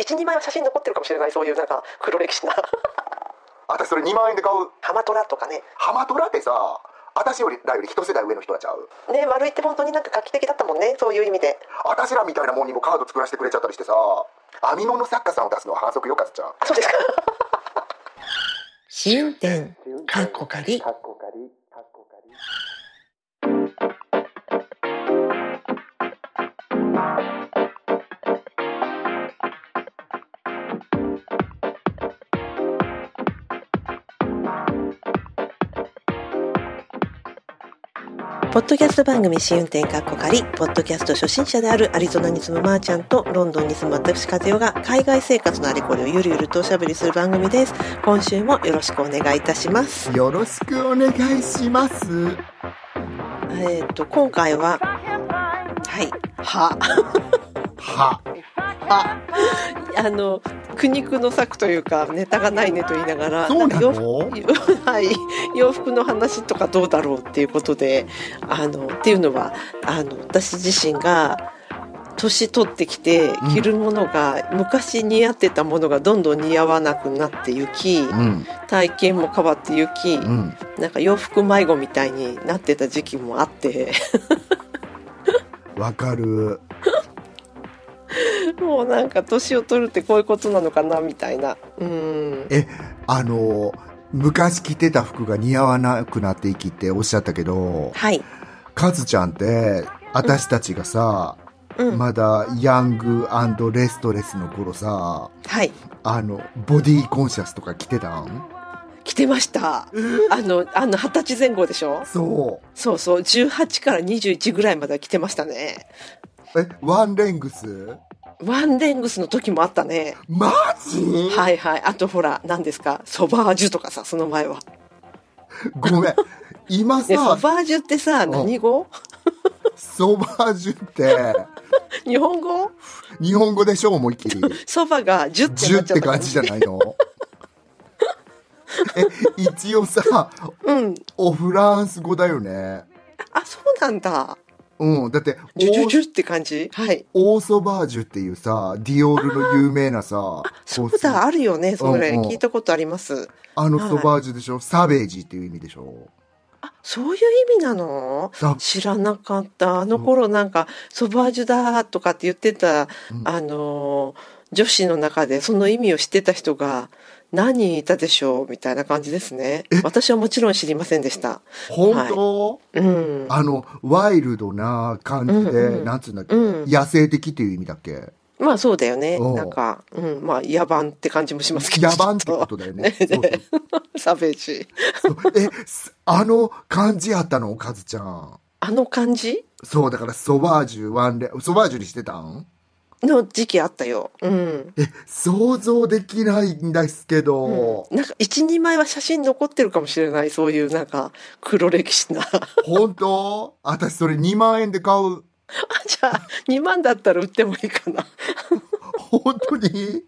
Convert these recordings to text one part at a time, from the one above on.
12枚は写真残ってるかもしれないそういうなんか黒歴史な 私それ2万円で買うハマトラとかねハマトラってさ私よりらより一世代上の人らちゃうね丸いって本当になんか画期的だったもんねそういう意味で私らみたいなもんにもカード作らせてくれちゃったりしてさ網物作家さんを出すのは反則よかずちゃんあそうですか試運転かっこかりポッドキャスト番組試運転かっこかり、ポッドキャスト初心者であるアリゾナに住むまーちゃんとロンドンに住む私和代が海外生活のあれこれをゆるゆるとおしゃべりする番組です。今週もよろしくお願いいたします。よろしくお願いします。えっ、と、今回は、はい、は、は、は、あの、苦肉の策というか、ネタがないねと言いながら、そうななかん洋服 のはい、洋服の話とかどうだろうっていうことであのっていうのはあの私自身が年取ってきてん着るものが、昔似合ってたものがどんどん似合わなくなってゆきうん、体型も変わってゆき、うん。なんか洋服迷子みたいになってた時期もあって わかる。もうなんか年を取るってこういうことなのかなみたいなうんえ、あの、昔着てた服が似合わなくなっていきっておっしゃったけど、はい、カズちゃんって、私たちがさ、うんまだヤングレストレスの頃さ、はいあの、ボディコンシャスとか着てたん着てましたあのあの二十歳前後でしょそそうそう、18から21ぐらいまでは来てましたね。う。え、ワンレングスワンレングスの時もあったね。マジはいはい。あとほら、何ですか、ソバージュとかさ、その前は。ごめん。今ね、ソさ、バージュってさ、ん何語ソバージュって、日本語日本語でしょ、思いっきり。ソバが10ってな10っっちゃったて感じじ ゃないのえ、一応さ、うん。おフランス語だよね。あ、そうなんだ。うん、だって、ジュジュジオーュって感じはい。オーソバージュっていうさ、ディオールの有名なさ、 そうだ、あるよね、それ。うんうん聞いたことあります。あのはいソバージュでしょ、サベージっていう意味でしょあ、そういう意味なのだ知らなかった。あの頃なんか、ソバージュだとかって言ってた、うんあのー、女子の中でその意味を知ってた人が何人いたでしょうみたいな感じですね。私はもちろん知りませんでした。本当、うん。あの、ワイルドな感じで、うんうんなんつうんだっけ、うん野生的っていう意味だっけまあそうだよね。おうなんか、うん、まあ野蛮って感じもしますけど。野蛮ってちょこっととだよね。 ねそうそうサベージ。そうえ、すあの感じやったのカズちゃん。あの感じそう、だからソバージュ、ワンレ、ソバージュにしてたんの時期あったよ。うん。え、想像できないんですけど、なんか一人前は写真残ってるかもしれない。そういうなんか黒歴史な。 本当私それ2万円で買う。あじゃあ、2万だったら売ってもいいかな。本当に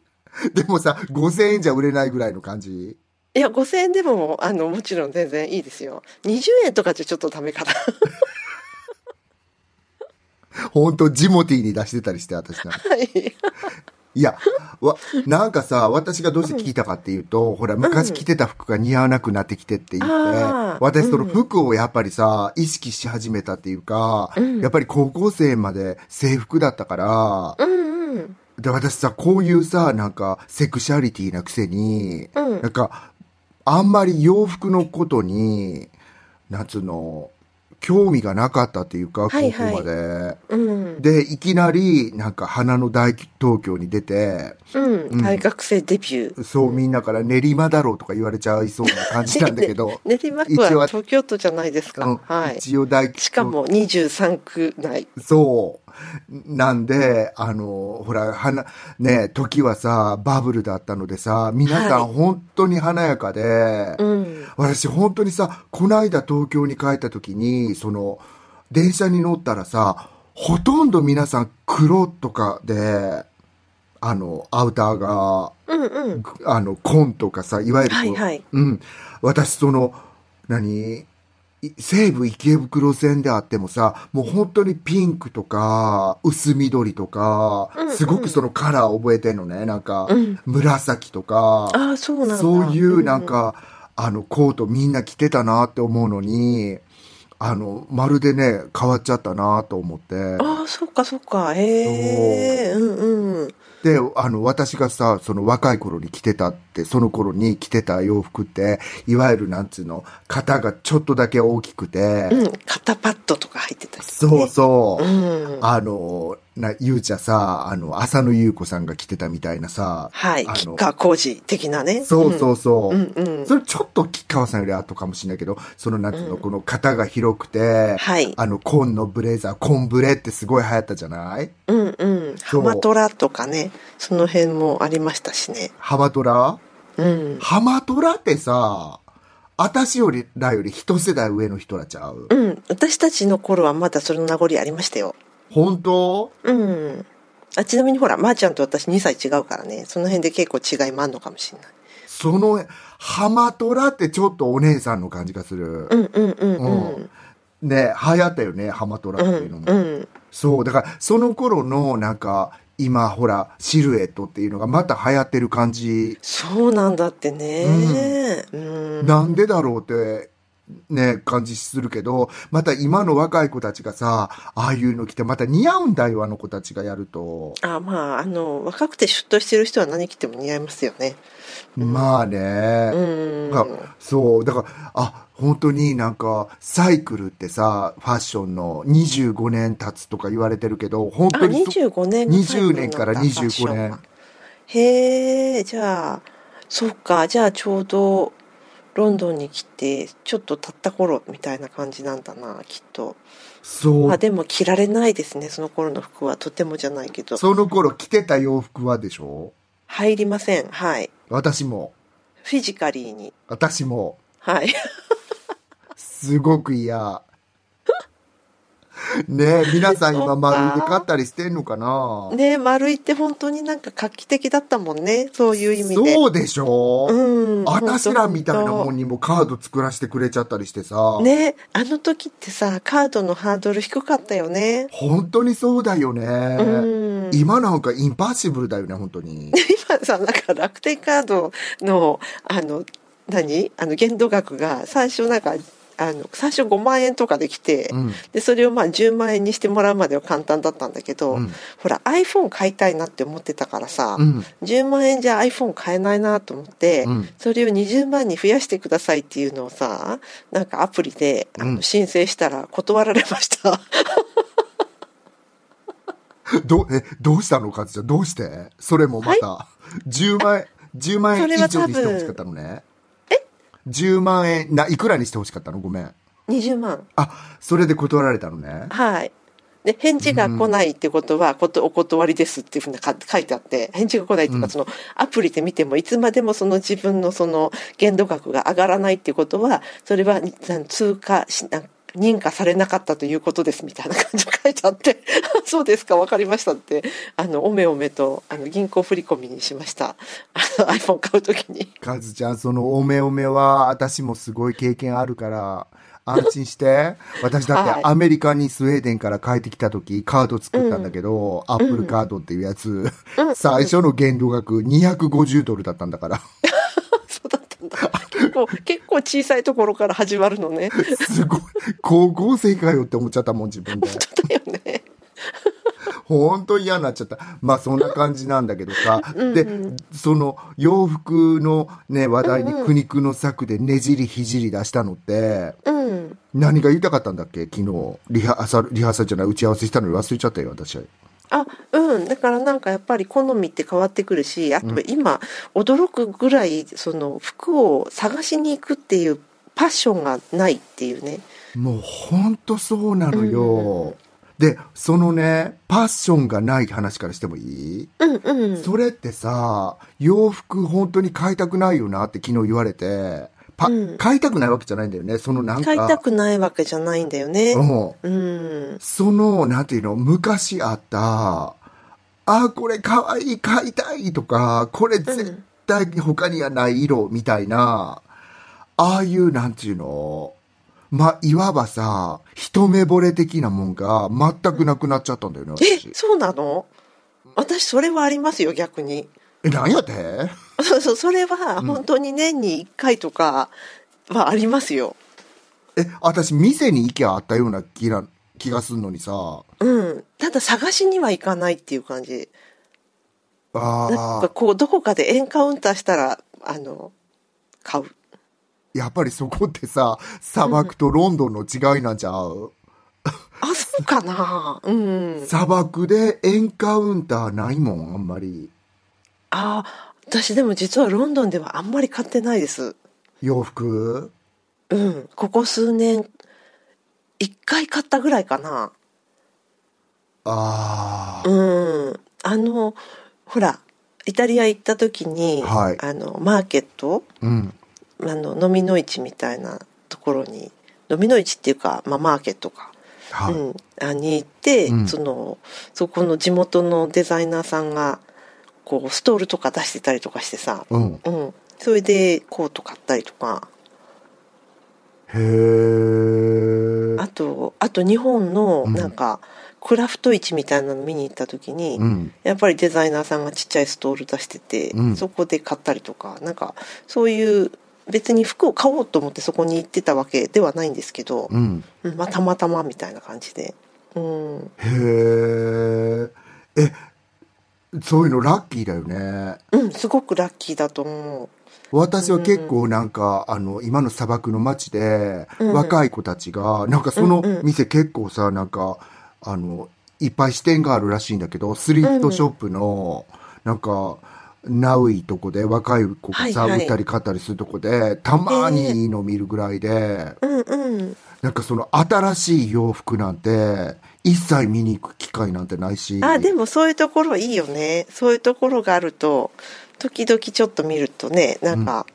でもさ、5000円じゃ売れないぐらいの感じ。いや、5000円でも、あの、もちろん全然いいですよ。20円とかじゃちょっとダメかな。本当ジモティーに出してたりして、私なんか。はい。いや、わ、なんかさ、私がどうして聞いたかっていうと、ほら、昔着てた服が似合わなくなってきてって言って、あー私その服をやっぱりさ、意識し始めたっていうか、うんやっぱり高校生まで制服だったから、うんうん。で、私さ、こういうさ、なんか、セクシャリティなくせに、うんなんか、あんまり洋服のことに、なんつうの、興味がなかったっていうか、はい高はい校まで。うん。で、いきなり、なんか、花の大東京に出て、うん。大学生デビュー。そうみんなから練馬だろうとか言われちゃいそうな感じなんだけど 、練馬区一応はは東京都じゃないですか。うんはい。一応大しかも23区内。そう。なんで、あの、ほら、花、ね、時はさ、バブルだったのでさ、皆さはん本当に華やかで、うん。私本当にさ、こないだ東京に帰った時に、その、電車に乗ったらさ、ほとんど皆さん黒とかで、あの、アウターが、うんうん。あの、紺とかさ、いわゆるこう、はいはい。うん。私、その、何い西武池袋線であってもさ、もう本当にピンクとか、薄緑とかうんうん、すごくそのカラー覚えてんのね。なんかう、ん。紫とか、ああ、そうなんだ。そういうなんか、あの、コートみんな着てたなって思うのに、あの、まるでね、変わっちゃったなと思ってう。んうん。ああ、そうかそうか。へえ。うんうん。で、あの、私がさ、その若い頃に着てたって、その頃に着てた洋服って、いわゆるなんつうの、型がちょっとだけ大きくて、うん。肩パッドとか入ってたりとかそうね。そう、うん。あの、な、ゆうちゃさ、あの、浅野ゆう子さんが着てたみたいなさ、はい。あのキッカー工事的なね。そうそうそう。うん。うんうん。それちょっと吉川さんより後かもしれないけど、そのなんつうの、うんこの型が広くて、はい。あの、紺のブレザー、紺ブレってすごい流行ったじゃないうんうん。ハそうマトラとかね。その辺もありましたしね。ハマトラうん。ハマトラってさ、私よりらより一世代上の人らちゃう。うん。私たちの頃はまだそれの名残ありましたよ。本当うん。あちなみにほら、まー、ちゃんと私2歳違うからね。その辺で結構違いもあんのかもしれない。その、ハマトラってちょっとお姉さんの感じがする。うんうんうんうん。うんね、流行ったよね、ハマトラってういうのんも。うん。そう、だからその頃のなんか、今ほら、シルエットっていうのがまた流行ってる感じ。そうなんだってね。うん。なんでだろうって、ね、感じするけど、また今の若い子たちがさ、ああいうの着てまた似合うんだよ、あの子たちがやると。あまあ、あの、若くてシュッとしてる人は何着ても似合いますよね。うんまあね。うん。がそう。だから、あ、本当になんか、サイクルってさ、ファッションの25年経つとか言われてるけど、本あ、当にそ25年が最後な20ん年だからファッショ25ンは年。へえ、じゃあ、そうか、じゃあちょうどロンドンに来て、ちょっと経った頃みたいな感じなんだな、きっと。そまあう。でも着られないですね、その頃の服は。とてもじゃないけど。その頃着てた洋服はでしょ入りません。はい。私も、フィジカリーに。私も、はい。 すごく嫌。ねえ、皆さん今丸で買ったりしてんのかなね丸いって本当になんか画期的だったもんね。そういう意味で。そうでしょ、うん。私らみたいなもんんにもカード作らせてくれちゃったりしてさ。ね。あの時ってさ、カードのハードル低かったよね。本当にそうだよね。うん。今なんかインパッシブルだよね、本 当に。今さ、なんか楽天カードの、あの、何あの、限度額が最初なんか、あの、最初5万円とかできて、うん。で、それをまあ10万円にしてもらうまでは簡単だったんだけど、うんほら iPhone 買いたいなって思ってたからさ、うん。 10万円じゃ iPhone 買えないなと思って、うんそれを20万に増やしてくださいっていうのをさ、なんかアプリであうのん申請したら断られま した。ど、え、どうしたのかつちゃん、どうしてそれもまた、10万円、10万円そ以れは上多分にしてほしかったのね。え ?10 万円、な、いくらにしてほしかったのごめん。 20万。あ、それで断られたのね。はい。で、返事が来ないってことは、ことお断りですっていうふうにか書いてあって、返事が来ないっていうか、うんそのアプリで見ても、いつまでもその自分のその限度額が上がらないっていうことは、それはにあの通過しな、認可されなかったということですみたいな感じで書いてあって、 そうですか、わかりましたって、あの、おめおめと、あの、銀行振り込みにしました。 あの iPhone 買うときに。 かずちゃん、そのおめおめは、私もすごい経験あるから、安心 して。私だっはていアメリカにスウェーデンから帰ってきた時、カード作ったんだけど、アップルカードっていうやつ、最初の限度額250ドルだったんだから。そうだったんだ。結構、結構小さいところから始まるのね。すごい。高校生かよって思っちゃったもん、自分で。だよね。ほんと嫌になっちゃった。まあ、そんな感じなんだけどさ。うんで、その洋服のね、話題に苦肉の策でねじりひじり出したのって、うん。何が言いたかったんだっけ昨日。リハーサル、リハーサルじゃない、打ち合わせしたのに忘れちゃったよ、私は。あ、うん。だからなんかやっぱり好みって変わってくるし、あと今、驚くぐらい、その服を探しに行くっていうパッションがないっていうね。もうほんとそうなのよ。で、そのね、パッションがない話からしてもいい、うんうん。それってさ、洋服本当に買いたくないよなって昨日言われて、パうん買いたくないわけじゃないんだよね。そのなんか。買いたくないわけじゃないんだよね。うん。うん。その、なんていうの、昔あった、あ、これかわいい、買いたいとか、これ絶対に他にはない色みたいな、ああいう、なんていうの、ま、いわばさ、一目惚れ的なもんが全くなくなっちゃったんだよね、え私。そうなの私それはありますよ逆にえ、なんやってそうそうそれはうん本当に年に1回とかはありますよえ、私、店に行きゃあったような気な、気がすんのにさ。うんただ探しには行かないっていう感じなんあかあ、こうどこかでエンカウンターしたらあの買うやっぱりそこってさ、砂漠とロンドンの違いなんちゃう、あそうかなうん砂漠でエンカウンターないもん、あんまり。あ私でも実はロンドンではあんまり買ってないです洋服うんここ数年1回買ったぐらいかなああ、うん、あのほらイタリア行った時に、はいあのマーケットうん。あの飲みの市みたいなところに飲みの市っていうか、まあ、マーケットか、はい。うん、あに行って、うんそのそこの地元のデザイナーさんがこうストールとか出してたりとかしてさ、うん。うん、それでコート買ったりとかへえ。あとあと日本のうんなんか、クラフト市みたいなの見に行った時に、うん。やっぱりデザイナーさんがちっちゃいストール出してて、うんそこで買ったりとかなんかそういう別に服を買おうと思ってそこに行ってたわけではないんですけど、うん。うんまあ、たまたまみたいな感じで、うん、へえ。え、そういうのラッキーだよね。うん、すごくラッキーだと思う。私は結構なんか、あの、今の砂漠の街で、うんうん若い子たちが、なんかそのうんうん店結構さ、なんか、あの、いっぱい支店があるらしいんだけど、スリットショップの、なんか、ナウイとこで若い子がさ、はいはい売ったり買ったりするとこで、たまにいいの見るぐらいで、うんうん、なんかその新しい洋服なんて、一切見に行く機会なんてないし。あでもそういうところいいよねそういうところがあると時々ちょっと見るとねなんか、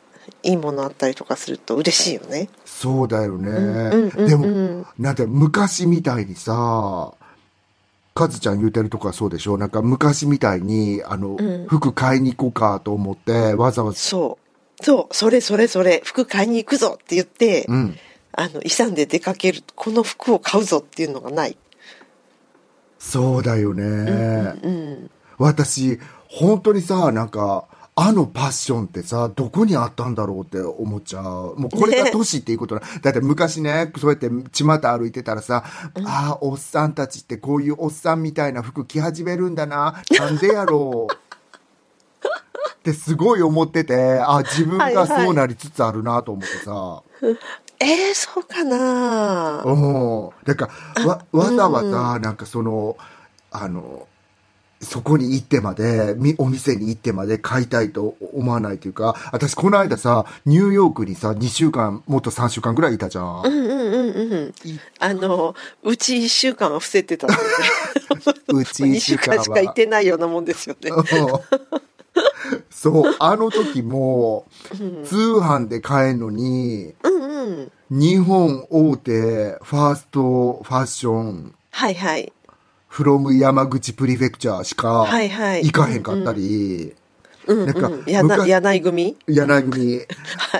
いいものあったりとかすると嬉しいよね。そうだよね。うんうんうんでうも、んなんて昔みたいにさ、カズちゃん言うてるとこはそうでしょなんか昔みたいに、あの、うん服買いに行こうかと思って、わざわざ、そうそうそれそれそれ服買いに行くぞって言って、うん。あの勇んで出かけるこの服を買うぞっていうのがない、そうだよね。うん、私、本当にさ、なんか、あのパッションってさ、どこにあったんだろうって思っちゃう。もうこれが都市っていうことだ。だって昔ね、そうやって巷歩いてたらさ、ああ、おっさんたちってこういうおっさんみたいな服着始めるんだな。なんでやろう。ってすごい思ってて、あ自分がそうなりつつあるなと思ってさ。えー、そうかなおだからわわざわざなんかその、あのそこに行ってまでみお店に行ってまで買いたいと思わないというか私この間さニューヨークにさ2週間もっと3週間ぐらいいたじゃん、うんうんうんうんいあのうち1週間は伏せてたの でうち2 1週週間間はしか行ってないようなもんですよね、うんそうあの時もうん、通販で買えんのにうんうん日本大手ファーストファッションはいはいフロム山口プリフェクチャーしかはいはい行かへんかったり、うんうんなんかやな昔柳井組柳組。は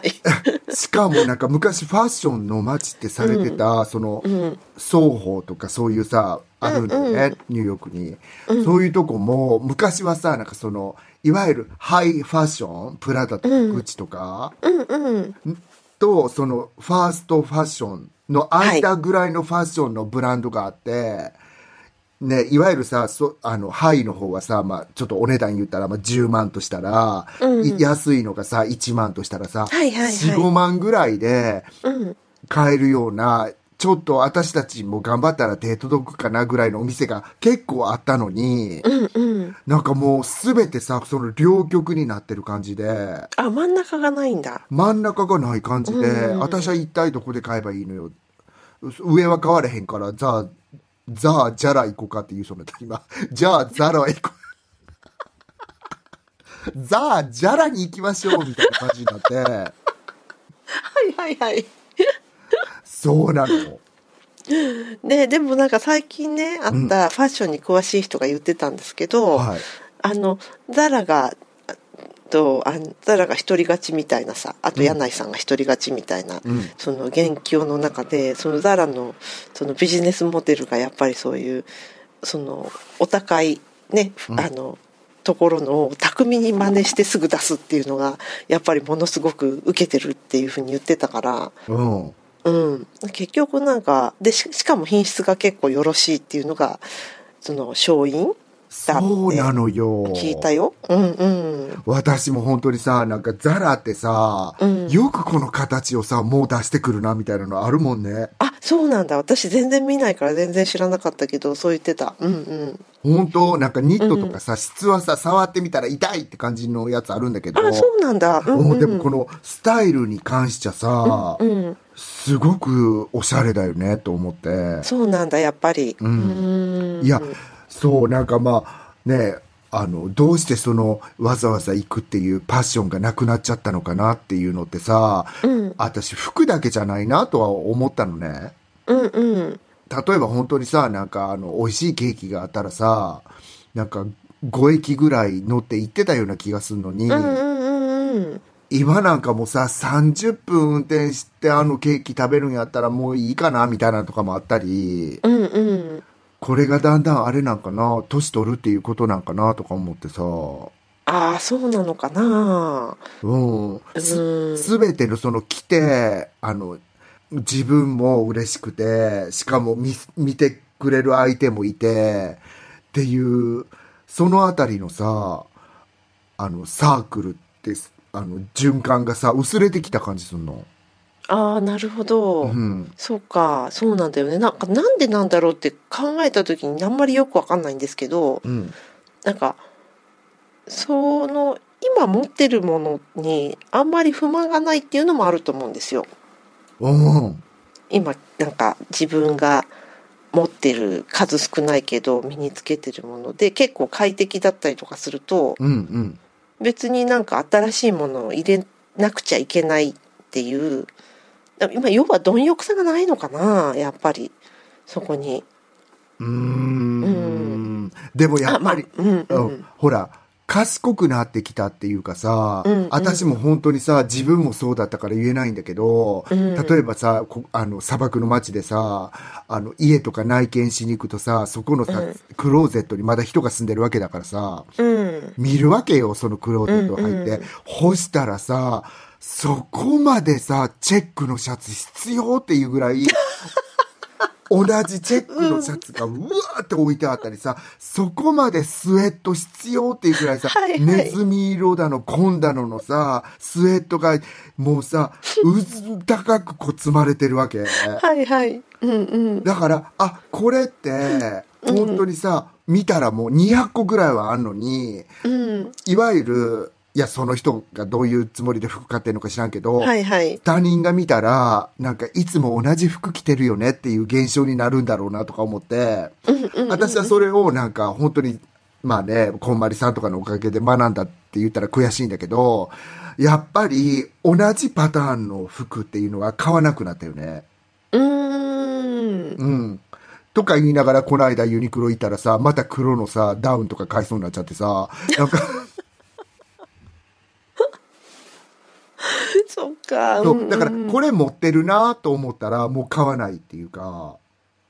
い、しかも なんか昔ファッションの街ってされてた、そのう、ん、双方とかそういうさ、あるんだよね、ニューヨークに、そういうとこも、昔はさ、なんかその、いわゆるハイファッション、プラダとかうんグッチとか、うんうんと、その、ファーストファッションの間ぐらいのファッションのブランドがあって、ね、いわゆるさ、そあの、ハイの方はさ、まあ、ちょっとお値段言ったら、まあ、10万としたら、うんい安いのがさ、1万としたらさ、はいはいはい4、5万ぐらいでうん買えるような、ちょっと私たちも頑張ったら手届くかなぐらいのお店が結構あったのに、うんうんなんかもうすべてさ、その両極になってる感じで、あ真ん中がないんだ真ん中がない感じで、うん私は一体どこで買えばいいのよ上は買われへんからザあザあじゃら行こうかって言うそうになった今じゃあザラ行こうザあじゃらに行きましょうみたいな感じになってはいはいはいそうなのね、でもなんか最近ねあったファッションに詳しい人が言ってたんですけど、はいあのザラがあとあんたらが独り勝ちみたいなさあと柳井さんが独り勝ちみたいな、うんその元凶の中でそのザラのそのビジネスモデルがやっぱりそういうそのお高いね、うんあのところのを巧みに真似してすぐ出すっていうのがやっぱりものすごく受けてるっていうふうに言ってたから。うんうん、結局なんかでししかも品質が結構よろしいっていうのがその勝因だってそうなのよ聞いたよ。うんうん私も本当にさなんかザラってさ、うんよくこの形をさもう出してくるなみたいなのあるもんねあそうなんだ私全然見ないから全然知らなかったけどそう言ってた。うんうん、本当なんかニットとかさ、質はさ触ってみたら痛いって感じのやつあるんだけどあそうなんだ。うんうんおでもこのスタイルに関してはさ、うん、すごくおしゃれだよねと思ってそうなんだやっぱり。うんうんいやそうなんかまあねあのどうしてそのわざわざ行くっていうパッションがなくなっちゃったのかなっていうのってさうん私服だけじゃないなとは思ったのねうんうん例えば本当にさなんかあの美味しいケーキがあったらさなんか5駅ぐらい乗って行ってたような気がするのに、うんうんうん今なんかもうさ30分運転してあのケーキ食べるんやったらもういいかなみたいなのとかもあったりうんうんこれがだんだんあれなんかな年取るっていうことなんかなとか思ってさああそうなのかな。うんうんすべてのその来てあの自分も嬉しくてしかも見見てくれる相手もいてっていうそのあたりのさあのサークルってあの循環がさ薄れてきた感じすんの。ああなるほど。うんそうか、そうなんだよね。なんか、なんでなんだろうって考えた時にあんまりよくわかんないんですけど、うんなんか、その、今持ってるものにあんまり不満がないっていうのもあると思うんですよ。うん今、なんか自分が持ってる数少ないけど身につけてるもので結構快適だったりとかすると、うんうん別になんか新しいものを入れなくちゃいけないっていうだ今要は貪欲さがないのかなやっぱりそこにうーんでもやっぱり、あまあうんう、うんん、ほら賢くなってきたっていうかさ、うんうん私も本当にさ自分もそうだったから言えないんだけど、うん例えばさこあの砂漠の街でさあの家とか内見しに行くとさそこのさ、うんクローゼットにまだ人が住んでるわけだからさうん見るわけよそのクローゼット入って、うんうん干したらさそこまでさチェックのシャツ必要っていうぐらい 同じチェックのシャツがうわーって置いてあったりさそこまでスウェット必要っていうぐらいさはいはいネズミ色だの紺だののさスウェットがもうさうず高くこう積まれてるわけ。はいはいうんうんだからあこれって本当にさ、見たらもう200個ぐらいはあんのにうんいわゆる、いや、その人がどういうつもりで服買ってるのか知らんけど、はいはい他人が見たら、なんかいつも同じ服着てるよねっていう現象になるんだろうなとか思って、うんうんうん私はそれをなんか本当に、まあね、こんまりさんとかのおかげで学んだって言ったら悔しいんだけど、やっぱり同じパターンの服っていうのは買わなくなったよね。うーんうん。とか言いながら、この間ユニクロ行ったらさ、また黒のさ、ダウンとか買いそうになっちゃってさ、なんか、そっかそうんうんうだからこれ持ってるなと思ったらもう買わないっていうか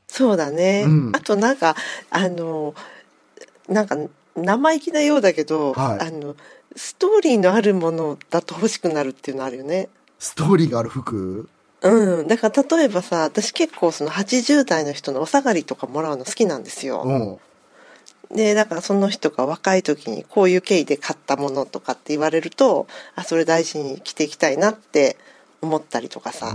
そうだね、うんあとなんかあのなんか生意気なようだけど、はいあのストーリーのあるものだと欲しくなるっていうのあるよねストーリーがある服うん、だから例えばさ私結構その80代の人のお下がりとかもらうの好きなんですうよ。んでだからその人が若い時にこういう経緯で買ったものとかって言われるとあそれ大事に着ていきたいなって思ったりとかさ、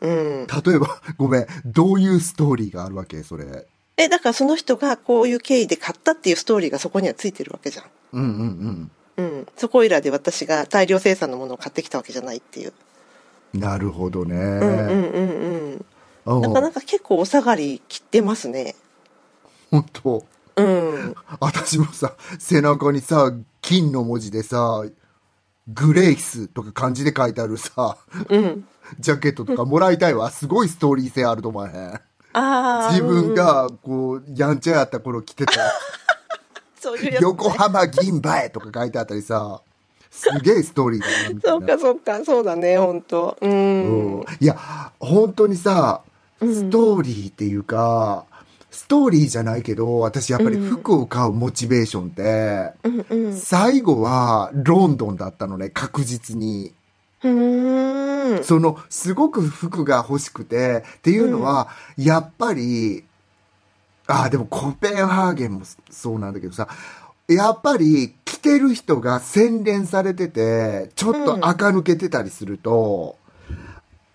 うん、例えば ごめんどういうストーリーがあるわけそれえだからその人がこういう経緯で買ったっていうストーリーがそこにはついてるわけじゃん。うんうんうんうん、そこいらで私が大量生産のものを買ってきたわけじゃないっていう、なるほどね、うんうんうんううんんなかなか結構お下がり着てますね本当うん私もさ背中にさ金の文字でさグレイスとか漢字で書いてあるさうんジャケットとかもらいたいわすごいストーリー性あると思わへんああ自分がこうやんちゃやった頃着てたそういうやつね横浜銀杯とか書いてあったりさ、すげえストーリーだなみたそいうなか、そうか、そうだね、本当ううんん。いや本当にさストーリーっていうか、ストーリーじゃないけど私やっぱり服を買うモチベーションって、うんうん。最後はロンドンだったのね確実に。うん。そのすごく服が欲しくてっていうのは、やっぱりあーでもコペンハーゲンもそうなんだけどさやっぱり着てる人が洗練されててちょっと垢抜けてたりすると、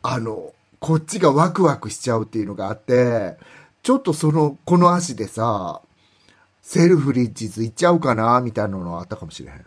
あのこっちがワクワクしちゃうっていうのがあってちょっとそのこの足でさセルフリッジズ行っちゃうかなみたいなのはあったかもしれへん。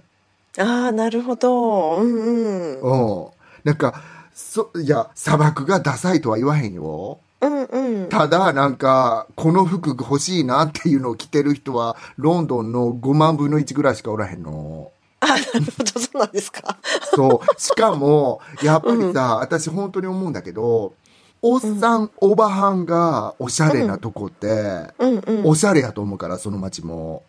ああ、なるほど。うんうん。うん。なんか、そ、いや、砂漠がダサいとは言わへんよ。うんうん。ただ、なんか、この服欲しいなっていうのを着てる人は、ロンドンの5万分の1ぐらいしかおらへんの。ああ、なるほど、そうなんですか。そう。しかも、やっぱりさ、私本当に思うんだけど、おっさん、おばはんがおしゃれなとこって、うんうん。おしゃれやと思うから、その街も。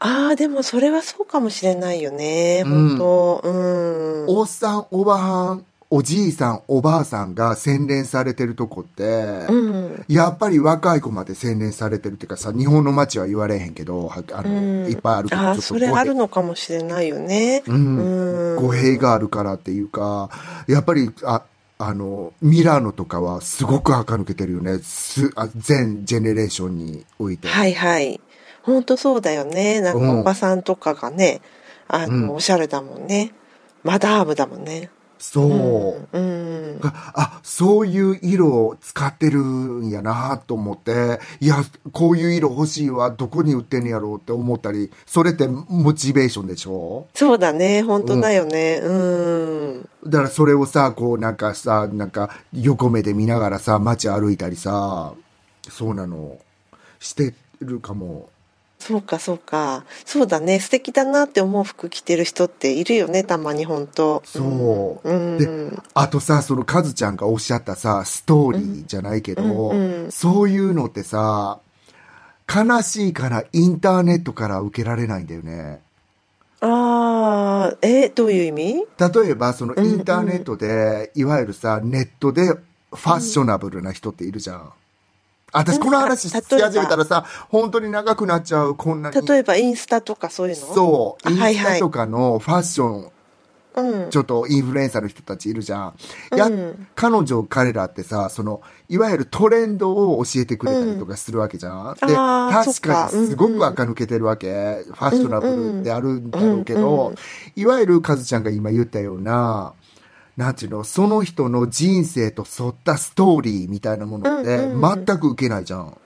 ああ、でもそれはそうかもしれないよね。うん本当うん。おっさん、おばはん、おじいさん、おばあさんが洗練されてるとこって、うん。やっぱり若い子まで洗練されてるっていうかさ、日本の街は言われへんけど、はあの、うんいっぱいあるけど、ああ、それあるのかもしれないよね。語弊うん、うん。語弊があるからっていうか、やっぱり、あ、あの、ミラノとかはすごく垢抜けてるよね。す、あ全ジェネレーションにおいて。はいはい。本当そうだよね。なんうかんおばさんとかがね、あうんの、おしゃれだもんね。マダームだもんね。そう。うん。があ、そういう色を使ってるんやなと思って、いや、こういう色欲しいわ、どこに売ってんやろうって思ったり、それってモチベーションでしょそうだね。本当だよね。うん。だからそれをさ、こうなんかさ、なんか横目で見ながらさ、街歩いたりさ、そうなの、してるかも。そうか、そうか。そうだね。素敵だなって思う服着てる人っているよね。たまに本当。そう。うん。でうんあとさ、そのカズちゃんがおっしゃったさ、ストーリーじゃないけど、うんうんそういうのってさ、悲しいからインターネットから受けられないんだよね。ああ、え、どういう意味例えば、そのインターネットで、いわゆるさ、ネットでファッショナブルな人っているじゃん。私、この話し例えば始めたらさ、本当に長くなっちゃう、こんなに。例えばインスタとかそういうのそう、あインはいスはタいとかのファッション、うん。ちょっとインフルエンサーの人たちいるじゃん。うんや、彼女、彼らってさ、その、いわゆるトレンドを教えてくれたりとかするわけじゃん。で、あー確かそっかにすごうんうんく垢抜けてるわけ。ファッショナブルであるんだろうけど、うんうんいわゆるカズちゃんが今言ったような、なんていうの、その人の人生と沿ったストーリーみたいなものって、うんうんうん全く受けないじゃん。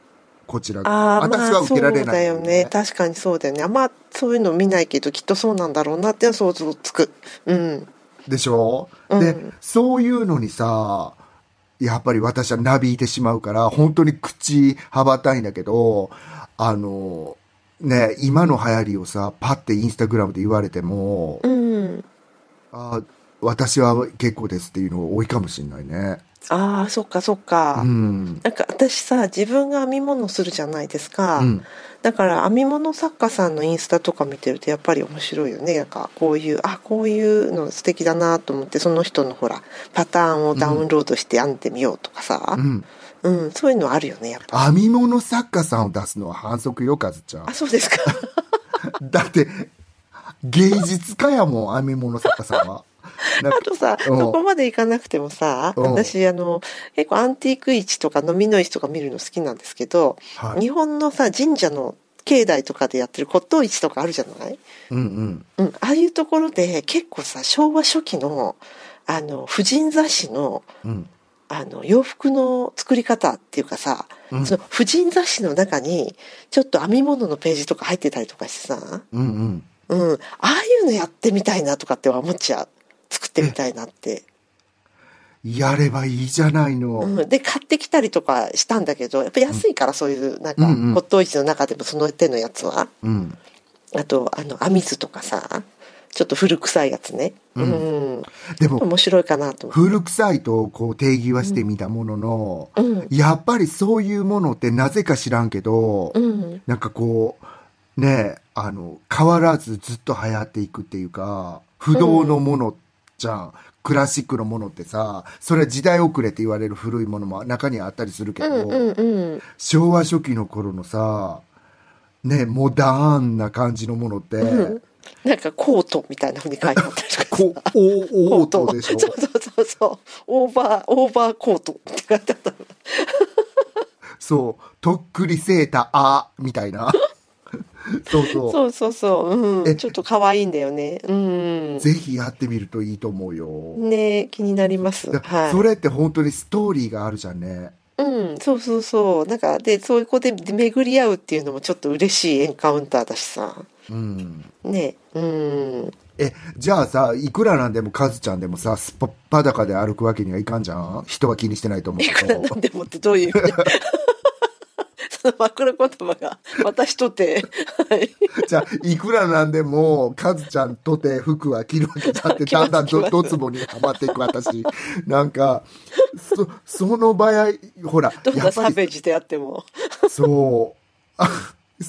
こちらが。ああ、私は受けられない、まあ、そうだよね。確かにそうだよね。あんまそういうの見ないけど、きっとそうなんだろうなって想像つく。うん。でしょ、うんで、そういうのにさ、やっぱり私はなびいてしまうから、本当に口羽ばたいんだけど、あの、ね、今の流行りをさ、パッてインスタグラムで言われても、うん。あ私は結構ですっていうの多いかもしれないね。ああ、そっかそっか。うん。なんか私さ、自分が編み物するじゃないですか。うんだから編み物作家さんのインスタとか見てるとやっぱり面白いよね。なんかこういう、あ、こういうの素敵だなと思って、その人のほら、パターンをダウンロードして編んでみようとかさう。ん。うん、そういうのあるよね、やっぱ。編み物作家さんを出すのは反則よ、かず ちゃんあ、。そう ですか。だって、芸術家やもん、編み物作家さ んは。なんかあとさ、うんそこまで行かなくてもさ、うん私、あの、結構アンティーク市とか飲みの市とか見るの好きなんですけど、はい日本のさ、神社の境内とかでやってる骨董市とかあるじゃないうんうん。うん、ああいうところで結構さ、昭和初期の、あの、婦人雑誌の、うん。あの、洋服の作り方っていうかさ、うんその婦人雑誌の中に、ちょっと編み物のページとか入ってたりとかしてさ、うんうん。うん、ああいうのやってみたいなとかっては思っちゃう。作ってみたいなって。やればいいじゃないの。うん、で買ってきたりとかしたんだけどやっぱ安いから、そういうなんかうんうん骨董市の中でもその手のやつはうん。あとあの編み図とかさちょっと古臭いやつね、うんでも、面白いかなと思古臭いとこう定義はしてみたものの、ううんやっぱりそういうものってなぜか知らんけど、うんなんかこう、ねえあの、変わらずずっと流行っていくっていうか、不動のものじゃん、クラシックのものってさそれは時代遅れって言われる古いものも中にはあったりするけうど、んうんうん昭和初期の頃のさねモダンな感じのものって、うんなんかコートみたいな風に書いてあった りとかさこおおオートで しょそうそうそうそうオーバーオーバーコートって書いてあったそうとっくりセーターあみた いなそうそうそうそうそう、うえん、ちょっと可愛いんだよねうんぜひやってみるといいと思うよ、ね気になりますだはいそれって本当にストーリーがあるじゃんねうん、そうそうそう。なんか、で、そういう子でで巡り合うっていうのもちょっと嬉しいエンカウンターだしさ。うんね、うん。えじゃあさいくらなんでもカズちゃんでもさすっぱっぱだかで歩くわけにはいかんじゃん人は気にしてないと思ういけくらどなんでもってどういう意味 その枕言葉が、私とて、はい。 じゃあいくらなんでもカズちゃんとて服は着るわけじゃんって着まだすんだ 着まんどすどつぼにはまっていく私なんかそその場合ほらどんやなっぱサりベージであっても。そうあ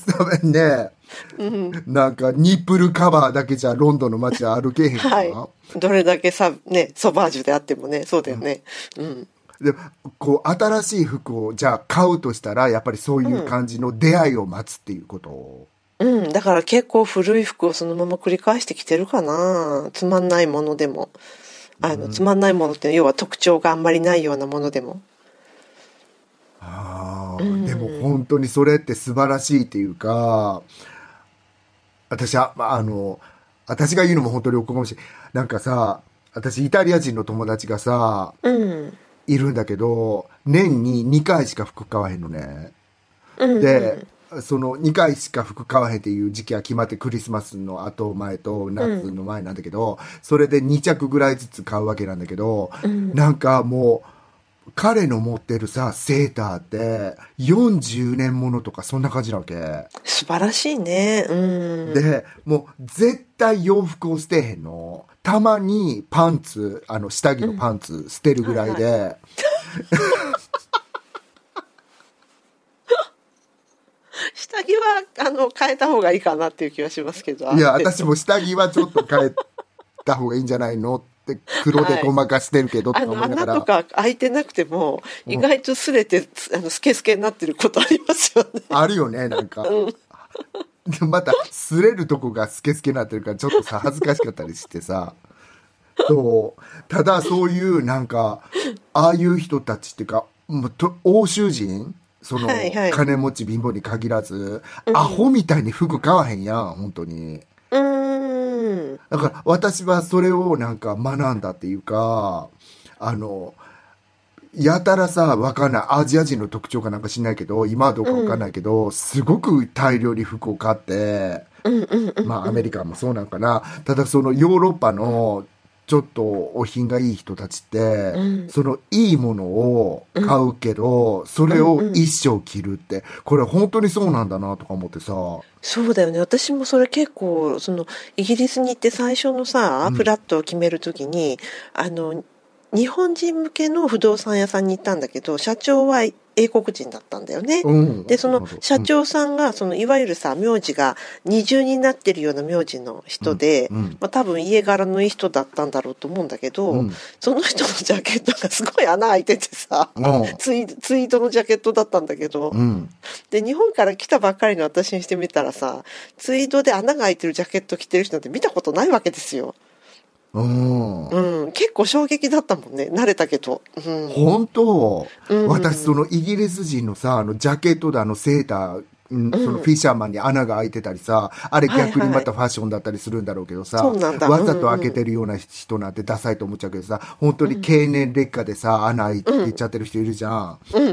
ダメねうん。なんかニップルカバーだけじゃロンドンの街は歩けへんから、はい。どれだけサ、ね、ソバージュであってもね、そうだよね。うん。でこう新しい服をじゃあ買うとしたらやっぱりそういう感じの出会いを待つっていうことを、うん、だから結構古い服をそのまま繰り返してきてるかな。つまんないものでも。あの、つまんないものって要は特徴があんまりないようなものでも。ああうんでも本当にそれって素晴らしいっていうか私はまああの私が言うのも本当におこがましいなんかさ私イタリア人の友達がさうん。いるんだけど年に2回しか服買わへんのね。うんで、その2回しか服買わへんっていう時期は決まってクリスマスの後前と夏の前なんだけど、それで2着ぐらいずつ買うわけなんだけど、うんなんかもう彼の持ってるさセーターって40年ものとかそんな感じなわけ、素晴らしいね。うん。でもう絶対洋服を捨てへんのたまにパンツあの下着のパンツ捨てるぐらいで、下着は、あの、変えた方がいいかなっていう気はしますけど。いや、私も下着はちょっと変えた方がいいんじゃないのって、黒でごまかしてるけど、とあかの、思いなが穴ら。とか開いてなくても、意外と擦れて、つあの、スケスケになってることありますよね。あるよね、なんか。でまた、擦れるとこがスケスケになってるから、ちょっとさ、恥ずかしかったりしてさ。そう。ただ、そういう、なんか、ああいう人たちっていうか、もうと欧州人その、はいはい金持ち貧乏に限らず、アホみたいに服買わへんやん、本当に。うん。だから私はそれをなんか学んだっていうか、あの、やたらさ、わかんない。アジア人の特徴かなんか知んないけど、今はどうかわかんないけど、すごく大量に服を買って、うんうんうん。まあアメリカもそうなんかな。ただそのヨーロッパのちょっとお品がいい人たちって、うんそのいいものを買うけど、それを一生着るって、これ本当にそうなんだなとか思ってさ、そうだよね。私もそれ結構、その、イギリスに行って最初のさう、んフラットを決めるときに、あの、日本人向けの不動産屋さんに行ったんだけど、社長は英国人だったんだよね。うん。で、その社うん長さんが、そのいわゆるさ、名字が二重になってるような名字の人で、うんまあ多分家柄のいい人だったんだろうと思うんだけど、うんその人のジャケットがすごい穴開いててさ、うんツイツイートのジャケットだったんだけど、うん。で、日本から来たばっかりの私にしてみたらさ、ツイートで穴が開いてるジャケット着てる人なんて見たことないわけですよ。うん。うん、結構衝撃だったもんね、慣れたけど。うん、本当、うん私そのイギリス人のさあのジャケットだのセーターうんそのフィッシャーマンに穴が開いてたりさ、あれ逆はいはにいまたファッションだったりするんだろうけどさ、そうなんだわざと開けてるような人なんてダサいと思っちゃうけどさ、本当に経年劣化でさ、穴開いていっちゃってる人いるじゃん。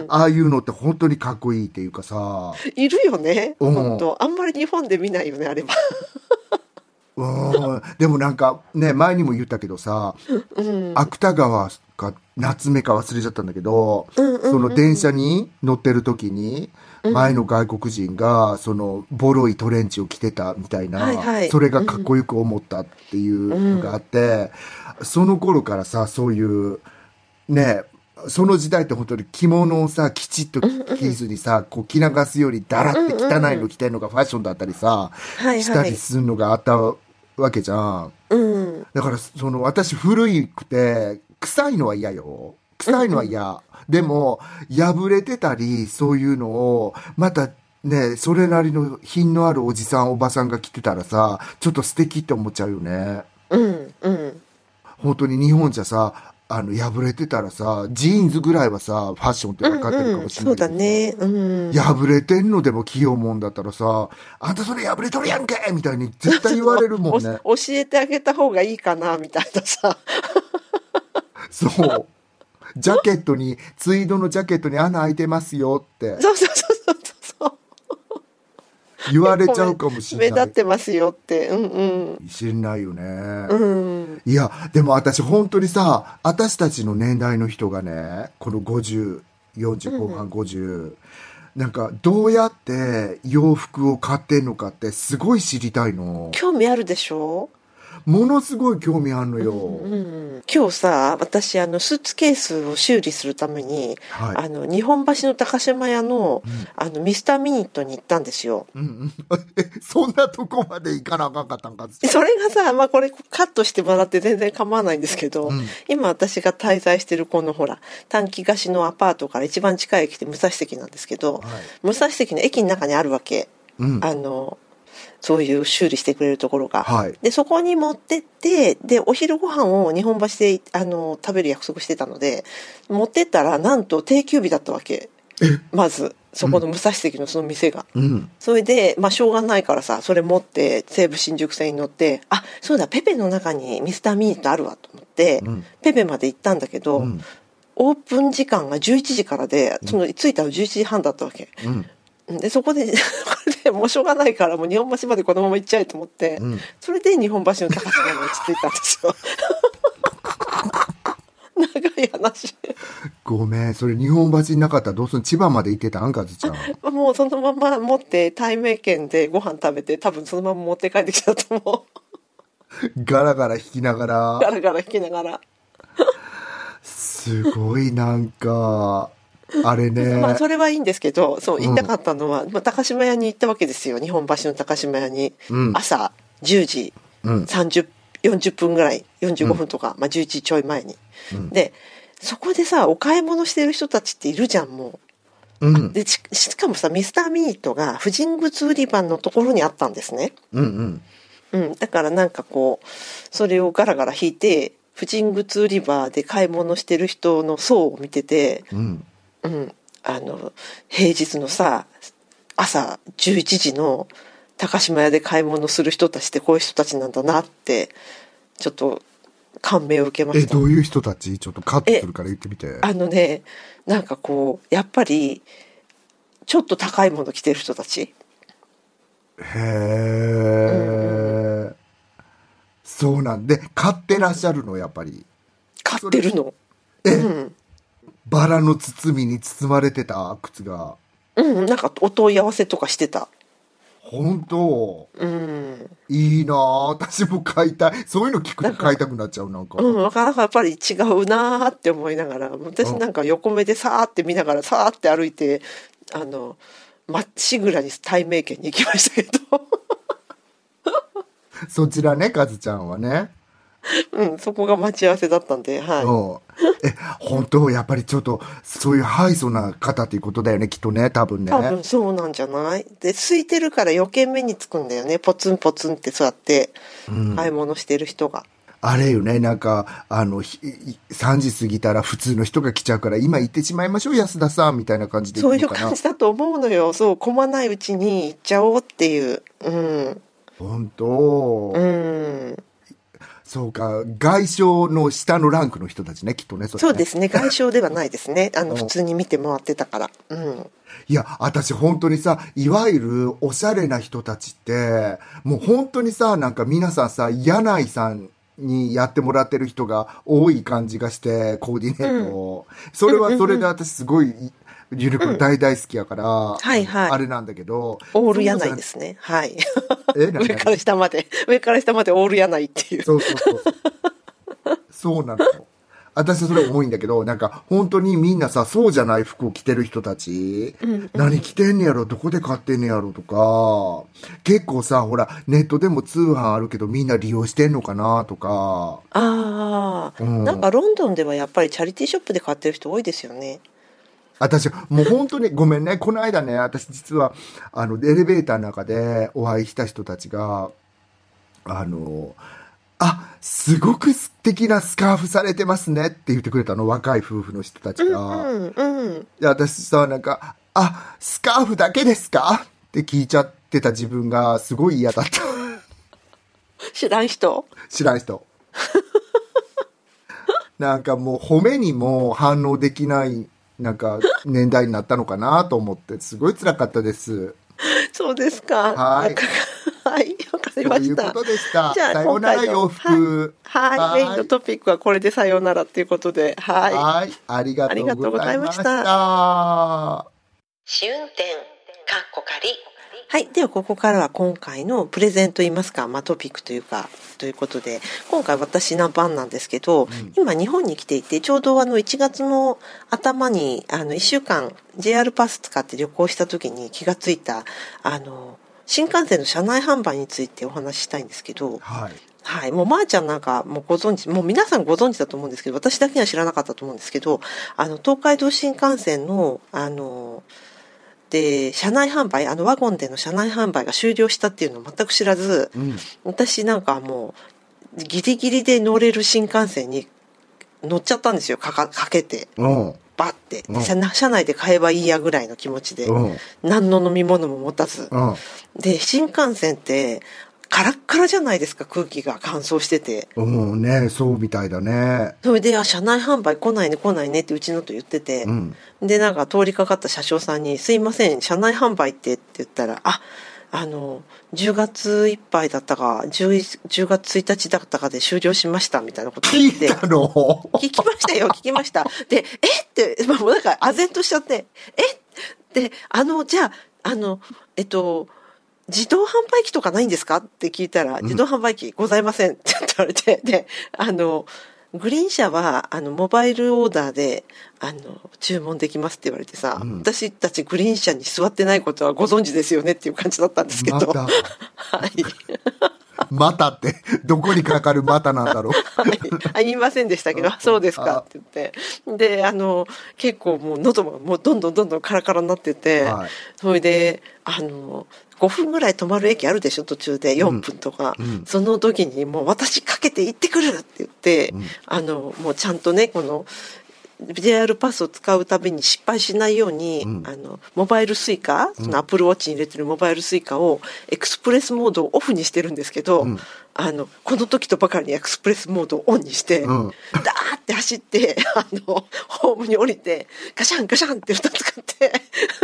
ああいうのって本当にかっこいいっていうかさ、いるよね、うん本当あんまり日本で見ないよね、あれは。うん、でもなんかね、前にも言ったけどさ、芥川か夏目か忘れちゃったんだけど、その電車に乗ってる時に、前の外国人が、その、ボロいトレンチを着てたみたいな、はいはいそれがかっこよく思ったっていうのがあって、その頃からさ、そういう、ね、その時代って本当に着物をさ、きちっと着ずにさ、こう着流すよりだらって汚いの着てるのがファッションだったりさ、はいしたはりい。するのがあったわけじゃん。うん。だから、その、私古いくて、臭いのは嫌よ。臭いのは嫌。でも、破れてたり、そういうのを、また、ね、それなりの品のあるおじさん、おばさんが来てたらさ、ちょっと素敵って思っちゃうよね。うん。うん。本当に日本じゃさ、あの、破れてたらさ、ジーンズぐらいはさ、ファッションって分かってるかもしれうんうんそなういけどさだね。うん。破れてんのでも器用もんだったらさ、あんたそれ破れとるやんけみたいに絶対言われるも んね。お教えてあげた方がいいかな、みたいなさ。そう。ジャケットに、ツイードのジャケットに穴開いてますよってそうそうそうそうそう。言われちゃうかもし目れ立なっい。てますよって。うん知れないよね。うん。うん。いや、でも私本当にさ、私たちの年代の人がね、この50、40後半50、なんかどうやって洋服を買ってんのかってすごい知りたいの。興味あるでしょものすごい興味あんのよ。うん。今日さ、私、あの、スーツケースを修理するために、はい。あの、日本橋の高島屋のう、んあの、ミスターミニットに行ったんですよ。うん うん、えそんなとこまで行かなあかんかったんかつってそれがさ、まあ、これカットしてもらって全然構わないんですけど、うん今私が滞在してるこのほら、短期貸しのアパートから一番近い駅って武蔵関なんですけど、はい武蔵関の駅の中にあるわけ。うんあの、そういう修理してくれるところが。はいで、そこに持ってって、で、お昼ご飯を日本橋で、あの、食べる約束してたので、持ってったら、なんと定休日だったわけ。まず、そこの武蔵関のその店が。うんそれで、まあ、しょうがないからさ、それ持って、西武新宿線に乗って、あ、そうだ、ペペの中にミスターミニットあるわと思って、うんペペまで行ったんだけど、うんオープン時間が11時からで、その着いたの11時半だったわけ。うんで、そこで、こ れでもうしょうがないから、もう日本橋までこのまま行っちゃえと思って、うんそれで日本橋の高島に落ち着いたんです よ。長い話。ごめんそれ日本橋になかったらどうすん千葉まで行ってたあんか ずちゃんもうそのまま持って、対名券でご飯食べて、多分そのまま持って帰ってきたと思う。ガラガラ弾きながガらラガラ弾きながら。すごいなんかあれね、 まあそれはいいんですけど、そう、うん言いたかったのは、まあ高島屋に行ったわけですよ。日本橋の高島屋に。うん朝10時うん30、40分ぐらい、45分とか、まあ11時ちょい前に。うんで、そこでさ、お買い物してる人たちっているじゃん、もうう。んで、ししかもさ、ミスターミニットが、婦人靴売り場のところにあったんですね。うんううんん、だからなんかこうそれをガラガラ引いて婦人靴売り場で買い物してる人の層を見てて、うんうん、あの平日のさ朝11時の高島屋で買い物する人たちってこういう人たちなんだなってちょっと感銘を受けまえしたど。ういう人たちちょっとカットするから言ってみてあのねなんかこうやっぱりちょっと高いもの着てる人たちへえそうなんで買ってらっしゃるのやっぱり買ってるの。えうんバラの包みに包まれてた靴がうん、なんかお問い合わせとかしてた。本当うん。いいなあ私も買いたいそういうの聞くと買いたくなっちゃうなんか、うん、なかなかやっぱり違うなーって思いながら、私なんか横目でさーって見ながら、さーって歩いて、あの、まっしぐらに対名圏に行きましたけど、 そちらねカズちゃんはね、うん、そこが待ち合わせだったんで、はうんえ本当やっぱりちょっとそういうハイソな方っていうことだよねきっとね多い。分ね多分そうなんじゃないで、空いてるから余計目につくんだよね。ポツンポツンって座って、うん買い物してる人が。あれよねなんかあのひい3時過ぎたら普通の人が来ちゃうから今行ってしまいましょう安田さんみたいな感じでそうい行うくのかな感じだと思うのよ。そう、混まないうちに行っちゃおうっていう。うん。本当、うん。そうか外相の下のランクの人たちねきっとねそれそうですすね。外傷ではないですね。あうの、ん普通に見て回ってたから。うん。いや、私本当にさ、いわゆるおしゃれな人たちって、もう本当にさ、なんか皆さんさ、柳井さんにやってもらってる人が多い感じがして、コーディネートを。それはそれで私すごい、ゆるく大大好きやから、はいはいあれなんだけど。。オール柳井ですすね。はい。え、なん上だから下まで、上から下までオール柳井っていう。そうそうそう。そうなの。私はそれ多いんだけど、なんか本当にみんなさ、そうじゃない服を着てる人たち、何着てんねやろ、どこで買ってんねやろとか、結構さ、ほら、ネットでも通販あるけどみんな利用してんのかなとか、ああ、うんなんかロンドンではやっぱりチャリティーショップで買ってる人多いですよね。私、もう本当にごめんね。この間ね、私実は、あの、エレベーターの中でお会いした人たちが、あの、あ、すごく素敵なスカーフされてますねって言ってくれたの、若い夫婦の人たちうが。んうんで私さ、なんか、あ、スカーフだけですかって聞いちゃってた自分がすごい嫌だった。知らん人知らん人。 なんかもう褒めにも反応できない、なんか年代になったのかなと思って、すごい辛かったです。そうですか。はいなんかはい、わかとりまいしうこた。とでした。じゃあさようなら今回の洋服。はい、はいメインのトピックはこれでさようならということで、はい。はい、ありがあとうございまし。りがとうございました試運転かっこかりはい。では、ここからは今回のプレゼンといいますか、まあ、トピックというか、ということで、今回私の番なんですけど、今日本に来ていて、ちょうどあの1月の頭に、あの1週間 JR パス使って旅行した時に気がついた、あの、新幹線の車内販売についてお話ししたいんですけど、はい。はい。もう、まーちゃんなんか、もうご存知、もう皆さんご存知だと思うんですけど、私だけには知らなかったと思うんですけど、あの、東海道新幹線の、あの、で、車内販売、あの、ワゴンでの車内販売が終了したっていうのを全く知らず、うん。私なんかもう、ギリギリで乗れる新幹線に乗っちゃったんですよ、かか、かけて、うん。バッて。うん車内車内で買えばいいやぐらいの気持ちで、うん。何の飲み物も持たず。うん。で新幹線ってカラッカラじゃないですか空気が乾燥しててうん。ねそうみたいだね。それであ車内販売来ないね来ないねってうちのと言っててう、ん。でなんか通りかかった車掌さんに「すいません車内販売って」って言ったら「ああの10月いっぱいだったか 10, 10月1日だったかで終了しました」みたいなこと聞言ってい。たの 聞きましたよ、聞きました。で、えって、まあもうなんか、唖然としちゃって、えで、あの、じゃあ、あの、えっと、自動販売機とかないんですかって聞いたら、自動販売機ございませんって言われて、で、あの、グリーン車は、あの、モバイルオーダーで、あの、注文できますって言われてさ、うん私たちグリーン車に座ってないことはご存知ですよねっていう感じだったんですけど、または。い。またって、どこにかかるまたなんだろう。はいあ、言いませんでしたけど、あそうですかって言って。で、あの、結構もう喉ももうどんどんどんどんカラカラになってて、はいそれで、あの、5分ぐらい止まる駅あるでしょ、途中で4分とか。うんその時にもう私かけて行ってくるって言って、うんあの、もうちゃんとね、この、JR パスを使うたびに失敗しないように、うんあのモバイルスイカ、そのアップルウォッチに入れてるモバイルスイカをエクスプレスモードをオフにしてるんですけど、うんあのこの時とばかりにエクスプレスモードをオンにして、うんダーって走って あのホームに降りてガシャンガシャンって歌使って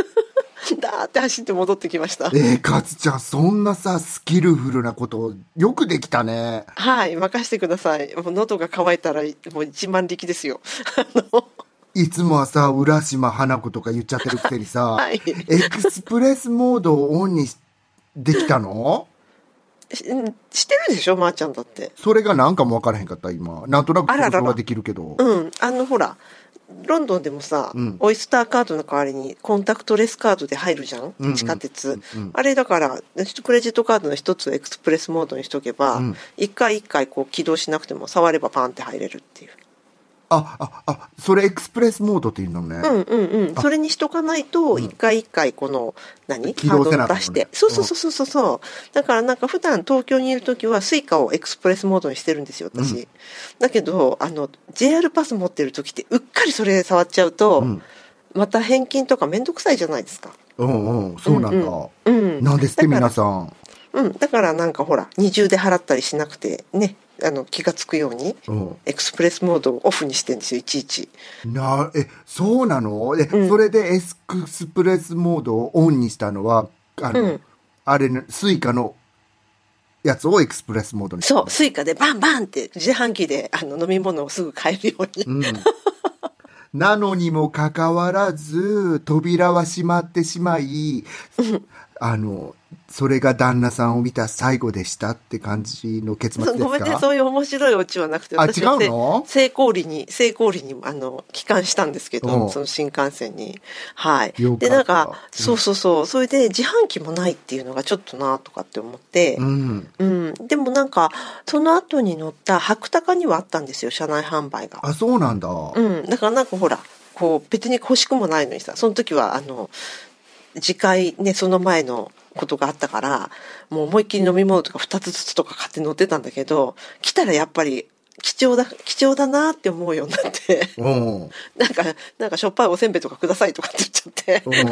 ダーって走って戻ってきましたえー、かつちゃん、そんなさ、スキルフルなこと、よくできたね。はい任せてくださいもう喉が渇いたらもう一万力ですよ あのいつもはさ、浦島花子とか言っちゃってるくせにさ、 はいエクスプレスモードをオンにしできたのししてるでしょまー、ちゃんだってそれがなんかもわからへんかった、今。なんとなくあららら想像はできるけど。うん、あのほらロンドンでもさ、うんオイスターカードの代わりにコンタクトレスカードで入るじゃん、うんうん地下鉄、うんあれだからクレジットカードの一つをエクスプレスモードにしとけば、うん一回一回こう起動しなくても触ればパンって入れるっていう、あ、あ、あ、それエクスプレスモードって言うのね。うんうんうんそれにしとかないと一回一回この何起動せなあかカードをんもんね出してそうそうそうそうそう、だからなんか普段東京にいる時はスイカをエクスプレスモードにしてるんですよ私、うんだけどあの JR パス持ってる時ってうっかりそれ触っちゃうと、うん。また返金とか面倒くさいじゃないですか。うんうん、そうなんだ。うん。なんですっだて、から皆さん。うん。だからなんかほら、二重で払ったりしなくて、ね、あの、気がつくように、うん。エクスプレスモードをオフにしてんですよ、いちいち。なえそうなのえ、うんそれでエクスプレスモードをオンにしたのはあの、うんあれねスイカのやつをエクスプレスモードにしたそう、スイカでバンバンって自販機であの飲み物をすぐ買えるように。うん、 なのにもかかわらず扉は閉まってしまい、あの、それが旦那さんを見た最後でしたって感じの結末ですかごめんね、そういう面白いオチはなくて、あ、違うの成功裏に、成功裏に、あの、帰還したんですけうんど、その新幹線に。はい。よかったで、なんか、うそんうそうそう、それで自販機もないっていうのがちょっとなとかって思って、うん。うん。でもなんか、その後に乗った白鷹にはあったんですよ、車内販売が。あ、そうなんだ。うん。だからなんかほら、こう、別に欲しくもないのにさ、その時は、あの、次回ね、その前のことがあったから、もう思いっきり飲み物とか2つずつとか買って乗ってたんだけど、来たらやっぱり、貴重だ、貴重だなって思うようになって、 うん。うん。なんか、なんかしょっぱいおせんべいとかくださいとかって言っちゃって、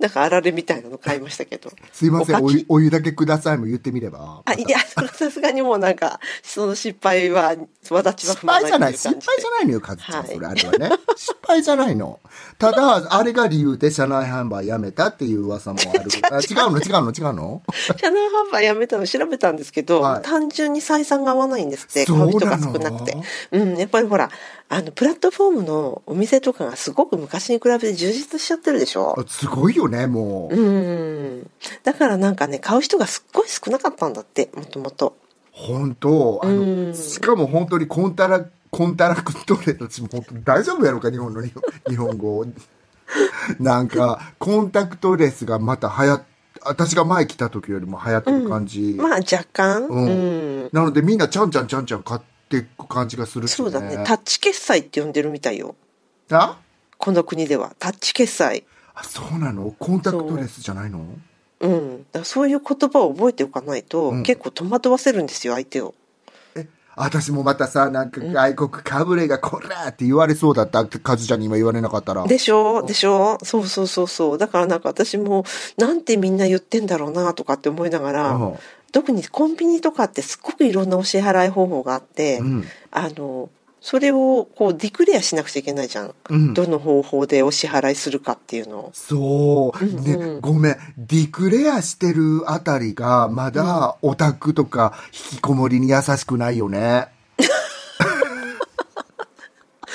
なんかあられみたいなの買いましたけど。すいません、おおかき湯お湯だけくださいも言ってみれば。あ、いや、それはさすがにもうなんか、その失敗は、私は失踏ま敗じゃなないい、って失いう敗感じじゃないのよ、カズちゃん、はいそれ、あれはね。失敗じゃないの。ただ、あれが理由で車内販売やめたっていう噂もある。あ違うの、違うの、違うので。車内販売やめたの調べたんですけど、はい単純に採算が合わないんですって、そう買なうの人が少なくて。うん、やっぱりほら、あの、プラットフォームのお店とかがすごく昔に比べて充実しちゃってるでしょあ。すごいよね、もう。うん。だからなんかね、買う人がすっごい少なかったんだって、もともと。本当あうの、んしかも本当にコンタラ、コンタラクトレたちも本当大丈夫やろうか、日本の日本日本語。なんか、コンタクトレスがまた流行っ、私が前来た時よりも流行ってる感じ。まあ若干、ううんん。なのでみんなちゃんちゃんちゃんちゃん買っていく感じがするし、そうだね。タッチ決済って呼んでるみたいよ。あこの国では。タッチ決済。あそうなのコンタクトレスじゃないのうん。だからそういう言葉を覚えておかないと、うん結構戸惑わせるんですよ、相手を。私もまたさ、なんか外国かぶれがこらーって言われそうだったって、カズちゃんに今言われなかったら。でしょでしょそうそうそうそう。だからなんか私も、なんてみんな言ってんだろうな、とかって思いながら、うん特にコンビニとかってすっごくいろんなお支払い方法があって、うん。あのそれをこうディクレアしなくちゃいけないじゃん、うんどの方法でお支払いするかっていうのをそう、うんね、うんごめん。ディクレアしてるあたりが、まだオタクとか引きこもりに優しくないよね。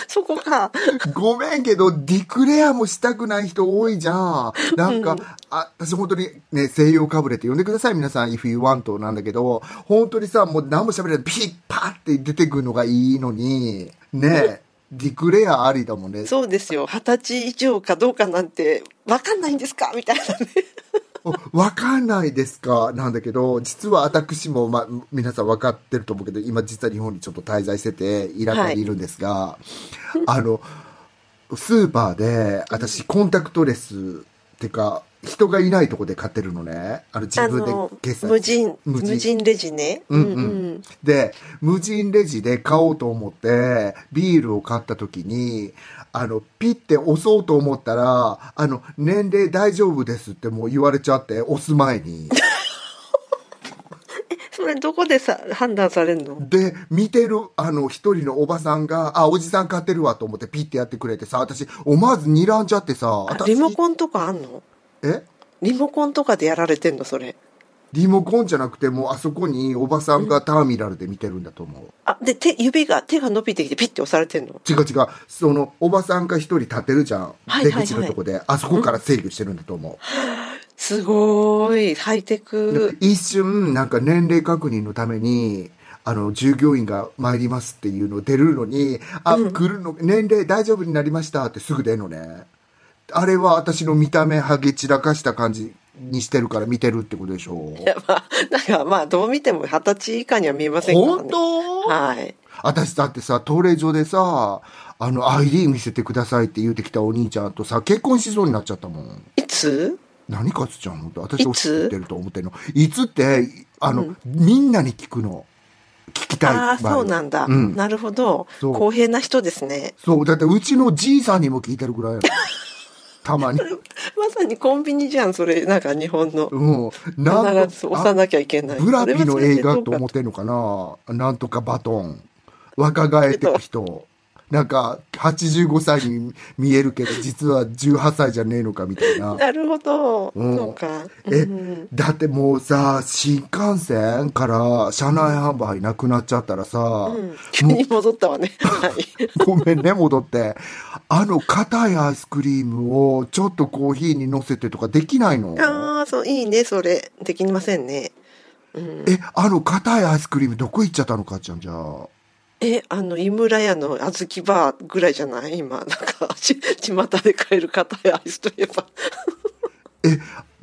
そこか ごめんけど、ディクレアもしたくない人多いじゃん。なんか、あ、私本当にね、西洋かぶれって呼んでください、皆さん、if you want to なんだけど、本当にさ、もう何も喋れない、ピッパって出てくるのがいいのに、ね、ディクレアありだもんね。そうですよ二十歳以上かどうかなんて分かんないんですかみたいなねわかんないですかなんだけど、実は私も、まあ、皆さんわかってると思うけど、今実は日本にちょっと滞在してて、イラクにいるんですが、あの、スーパーで、私、コンタクトレス、ってか、人がいないとこで買ってるのね。あの、自あ分での決済。無人無無人人レジねうんうんで、無人レジで買おうと思って、ビールを買った時に、あの、ピッて押そうと思ったら、あの、年齢大丈夫ですってもう言われちゃって、押す前に。それどこでさ判断されるので、見てる、あの、一人のおばさんが、あ、おじさん買ってるわと思ってピッてやってくれてさ、私、思わず睨んじゃってさ、あ私リモコンとかあんのえリモコンとかでやられてんのそれリモコンじゃなくて、もうあそこにおばさんがターミナルで見てるんだと思う。あで手指が手が伸びてきてピッて押されてんの違う違う、その、おばさんが一人立ってるじゃん。はいはいはい出口のとこで、あそこから制御してるんだと思う。すごーいハイテ ク一瞬、なんか年齢確認のために、あの、従業員が参りますっていうの出るのに、あ、来るの、年齢大丈夫になりましたってすぐ出るのね。あれは私の見た目はげ散らかした感じにしてるから見てるってことでしょいやまあなんかまあどう見ても二十歳以下には見えませんから本ね。当はい。私だってさ、登令所でさ、あの、ID 見せてくださいって言うてきたお兄ちゃんとさ、結婚しそうになっちゃったもん。いつ？何勝つちゃんのってい私つを知ってると思ってんの。いつって、あの、みんなに聞くの。聞きたい。ああ場合そうなんだ。うんなるほど。そう公平な人ですね。そう、だってうちのじいさんにも聞いてるぐら いやのたまに。まさにコンビニじゃんそれなんか日本のうん。なん必ずと押さなきゃいけない。ブラピの映画と思っってんのかななんとかバトン。若返ってく人。なんか、85歳に見えるけど、実は18歳じゃねえのかみたいな。なるほど。うんそうか。えうん、だってもうさ、新幹線から車内販売なくなっちゃったらさ、うん急に戻ったわ ね。はい。ごめんね、戻って。あの、硬いアイスクリームを、ちょっとコーヒーに乗せてとかできないのあああ、そう、いいね、それ。できませんね。うん、え、あの硬いアイスクリームどこ行っちゃったのかっちゃんじゃあ。え、あの、井村屋の小豆バーぐらいじゃない今、なんか、ち、巷で買える硬いアイスといえば。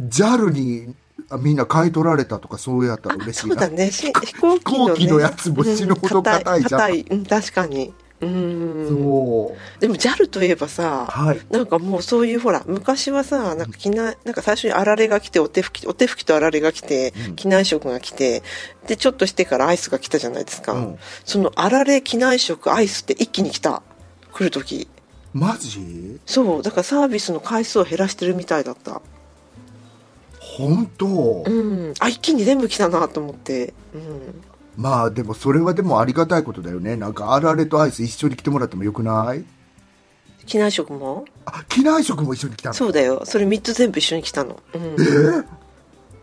JAL にあみんな買い取られたとかそうやったら嬉しいそうな。だね、し飛行機の、ね。 飛行機のやつも死ぬほど硬いじゃんうん硬い、うん、確かに。うん。そう。でも JAL といえばさ、はい。なんかもうそういうほら昔はさなんか機内なんか最初にあられが来てお手拭きお手拭きとあられが来てうん機内食が来てでちょっとしてからアイスが来たじゃないですか、うんそのあられ機内食アイスって一気に来た来る時マジそうだからサービスの回数を減らしてるみたいだった本当うんあ一気に全部来たなと思ってうんまあでもそれはでもありがたいことだよね。なんかあられとアイス一緒に来てもらってもよくない機内食もあ、機内食も一緒に来たのそうだよそれ3つ全部一緒に来たのうん、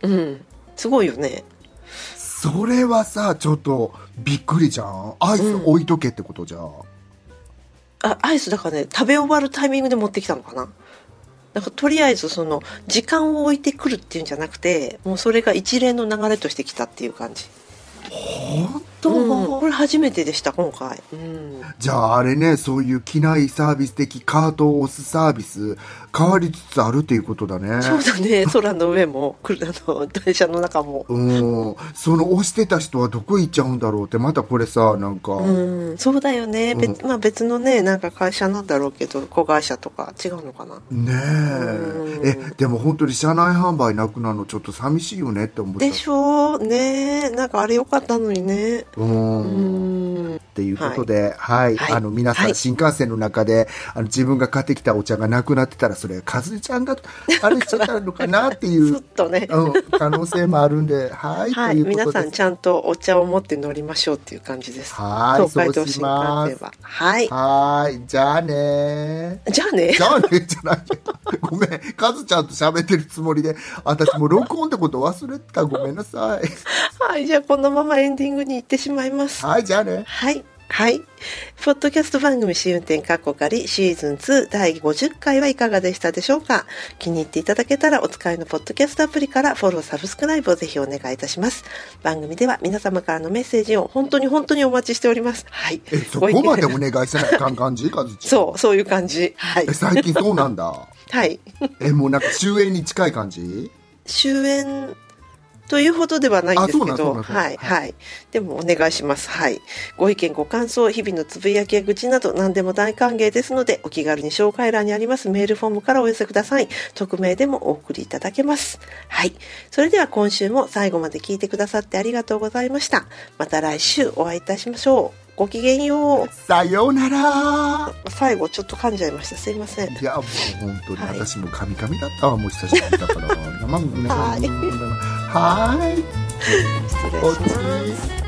うん、すごいよねそれはさ、ちょっとびっくりじゃん。アイス置いとけってことじゃん。あアイスだからね食べ終わるタイミングで持ってきたのかなだからとりあえずその時間を置いてくるっていうんじゃなくてもうそれが一連の流れとしてきたっていう感じ本当、うんこれ初めてでした今回うんじゃああれね、そういう機内サービス的カートを押すサービス変わりつつあるっていうことだね。そうだね 空の上もくるあの電車の中もうん、その押してた人はどこ行っちゃうんだろうってまたこれさなんか、うんそうだよね、別まあ、別のねなんか会社なんだろうけど子会社とか違うのかなねええでも本当に車内販売なくなるのちょっと寂しいよねって思ったでしょうねなんかあれ良かったのにねうんうんっていうことで、はい、はいあの皆さん、はい新幹線の中であの自分が買ってきたお茶がなくなってたらそれかずえちゃ んがあれしちゃったのかなっていちょうっ、とねうん、可能性もあるんではい、はい、というこ皆とさでんすちゃんとお茶を持って乗りましょうっていう感じです。はい東海そ道う新幹し線ますは。はい。はいじゃあねじゃあねじ。ゃあねじゃないよごめんカズちゃんと喋ってるつもりで私も録音ってこと忘れてたごめんな さいはい、じゃあこのままエンディングに行ってしまいます。はいじゃあねはい。はい。ポッドキャスト番組試運転過去仮シーズン2第50回はいかがでしたでしょうか気に入っていただけたらお使いのポッドキャストアプリからフォロー、サブスクライブをぜひお願いいたします。番組では皆様からのメッセージを本当に本当にお待ちしております。はい。えそこまでお願いせないかん感じカズち ゃんそう、そういう感じ。はいえ。最近そうなんだはい。えもうなんか終焉に近い感じ終演というほどではないんですけあそうど、なんそうはなんい、ははい。でもお願いします。はい。ご意見、ご感想、日々のつぶやきや愚痴など何でも大歓迎ですので、お気軽に紹介欄にありますメールフォームからお寄せください。匿名でもお送りいただけます。はい。それでは今週も最後まで聞いてくださってありがとうございました。また来週お会いいたしましょう。ごきげんよさようならう。最後ちょっと噛んじゃいました。すいません。いやもう本当にはい私もカミカミだったわもう久しぶりだから生もねはいはーい失礼しおまつす。ー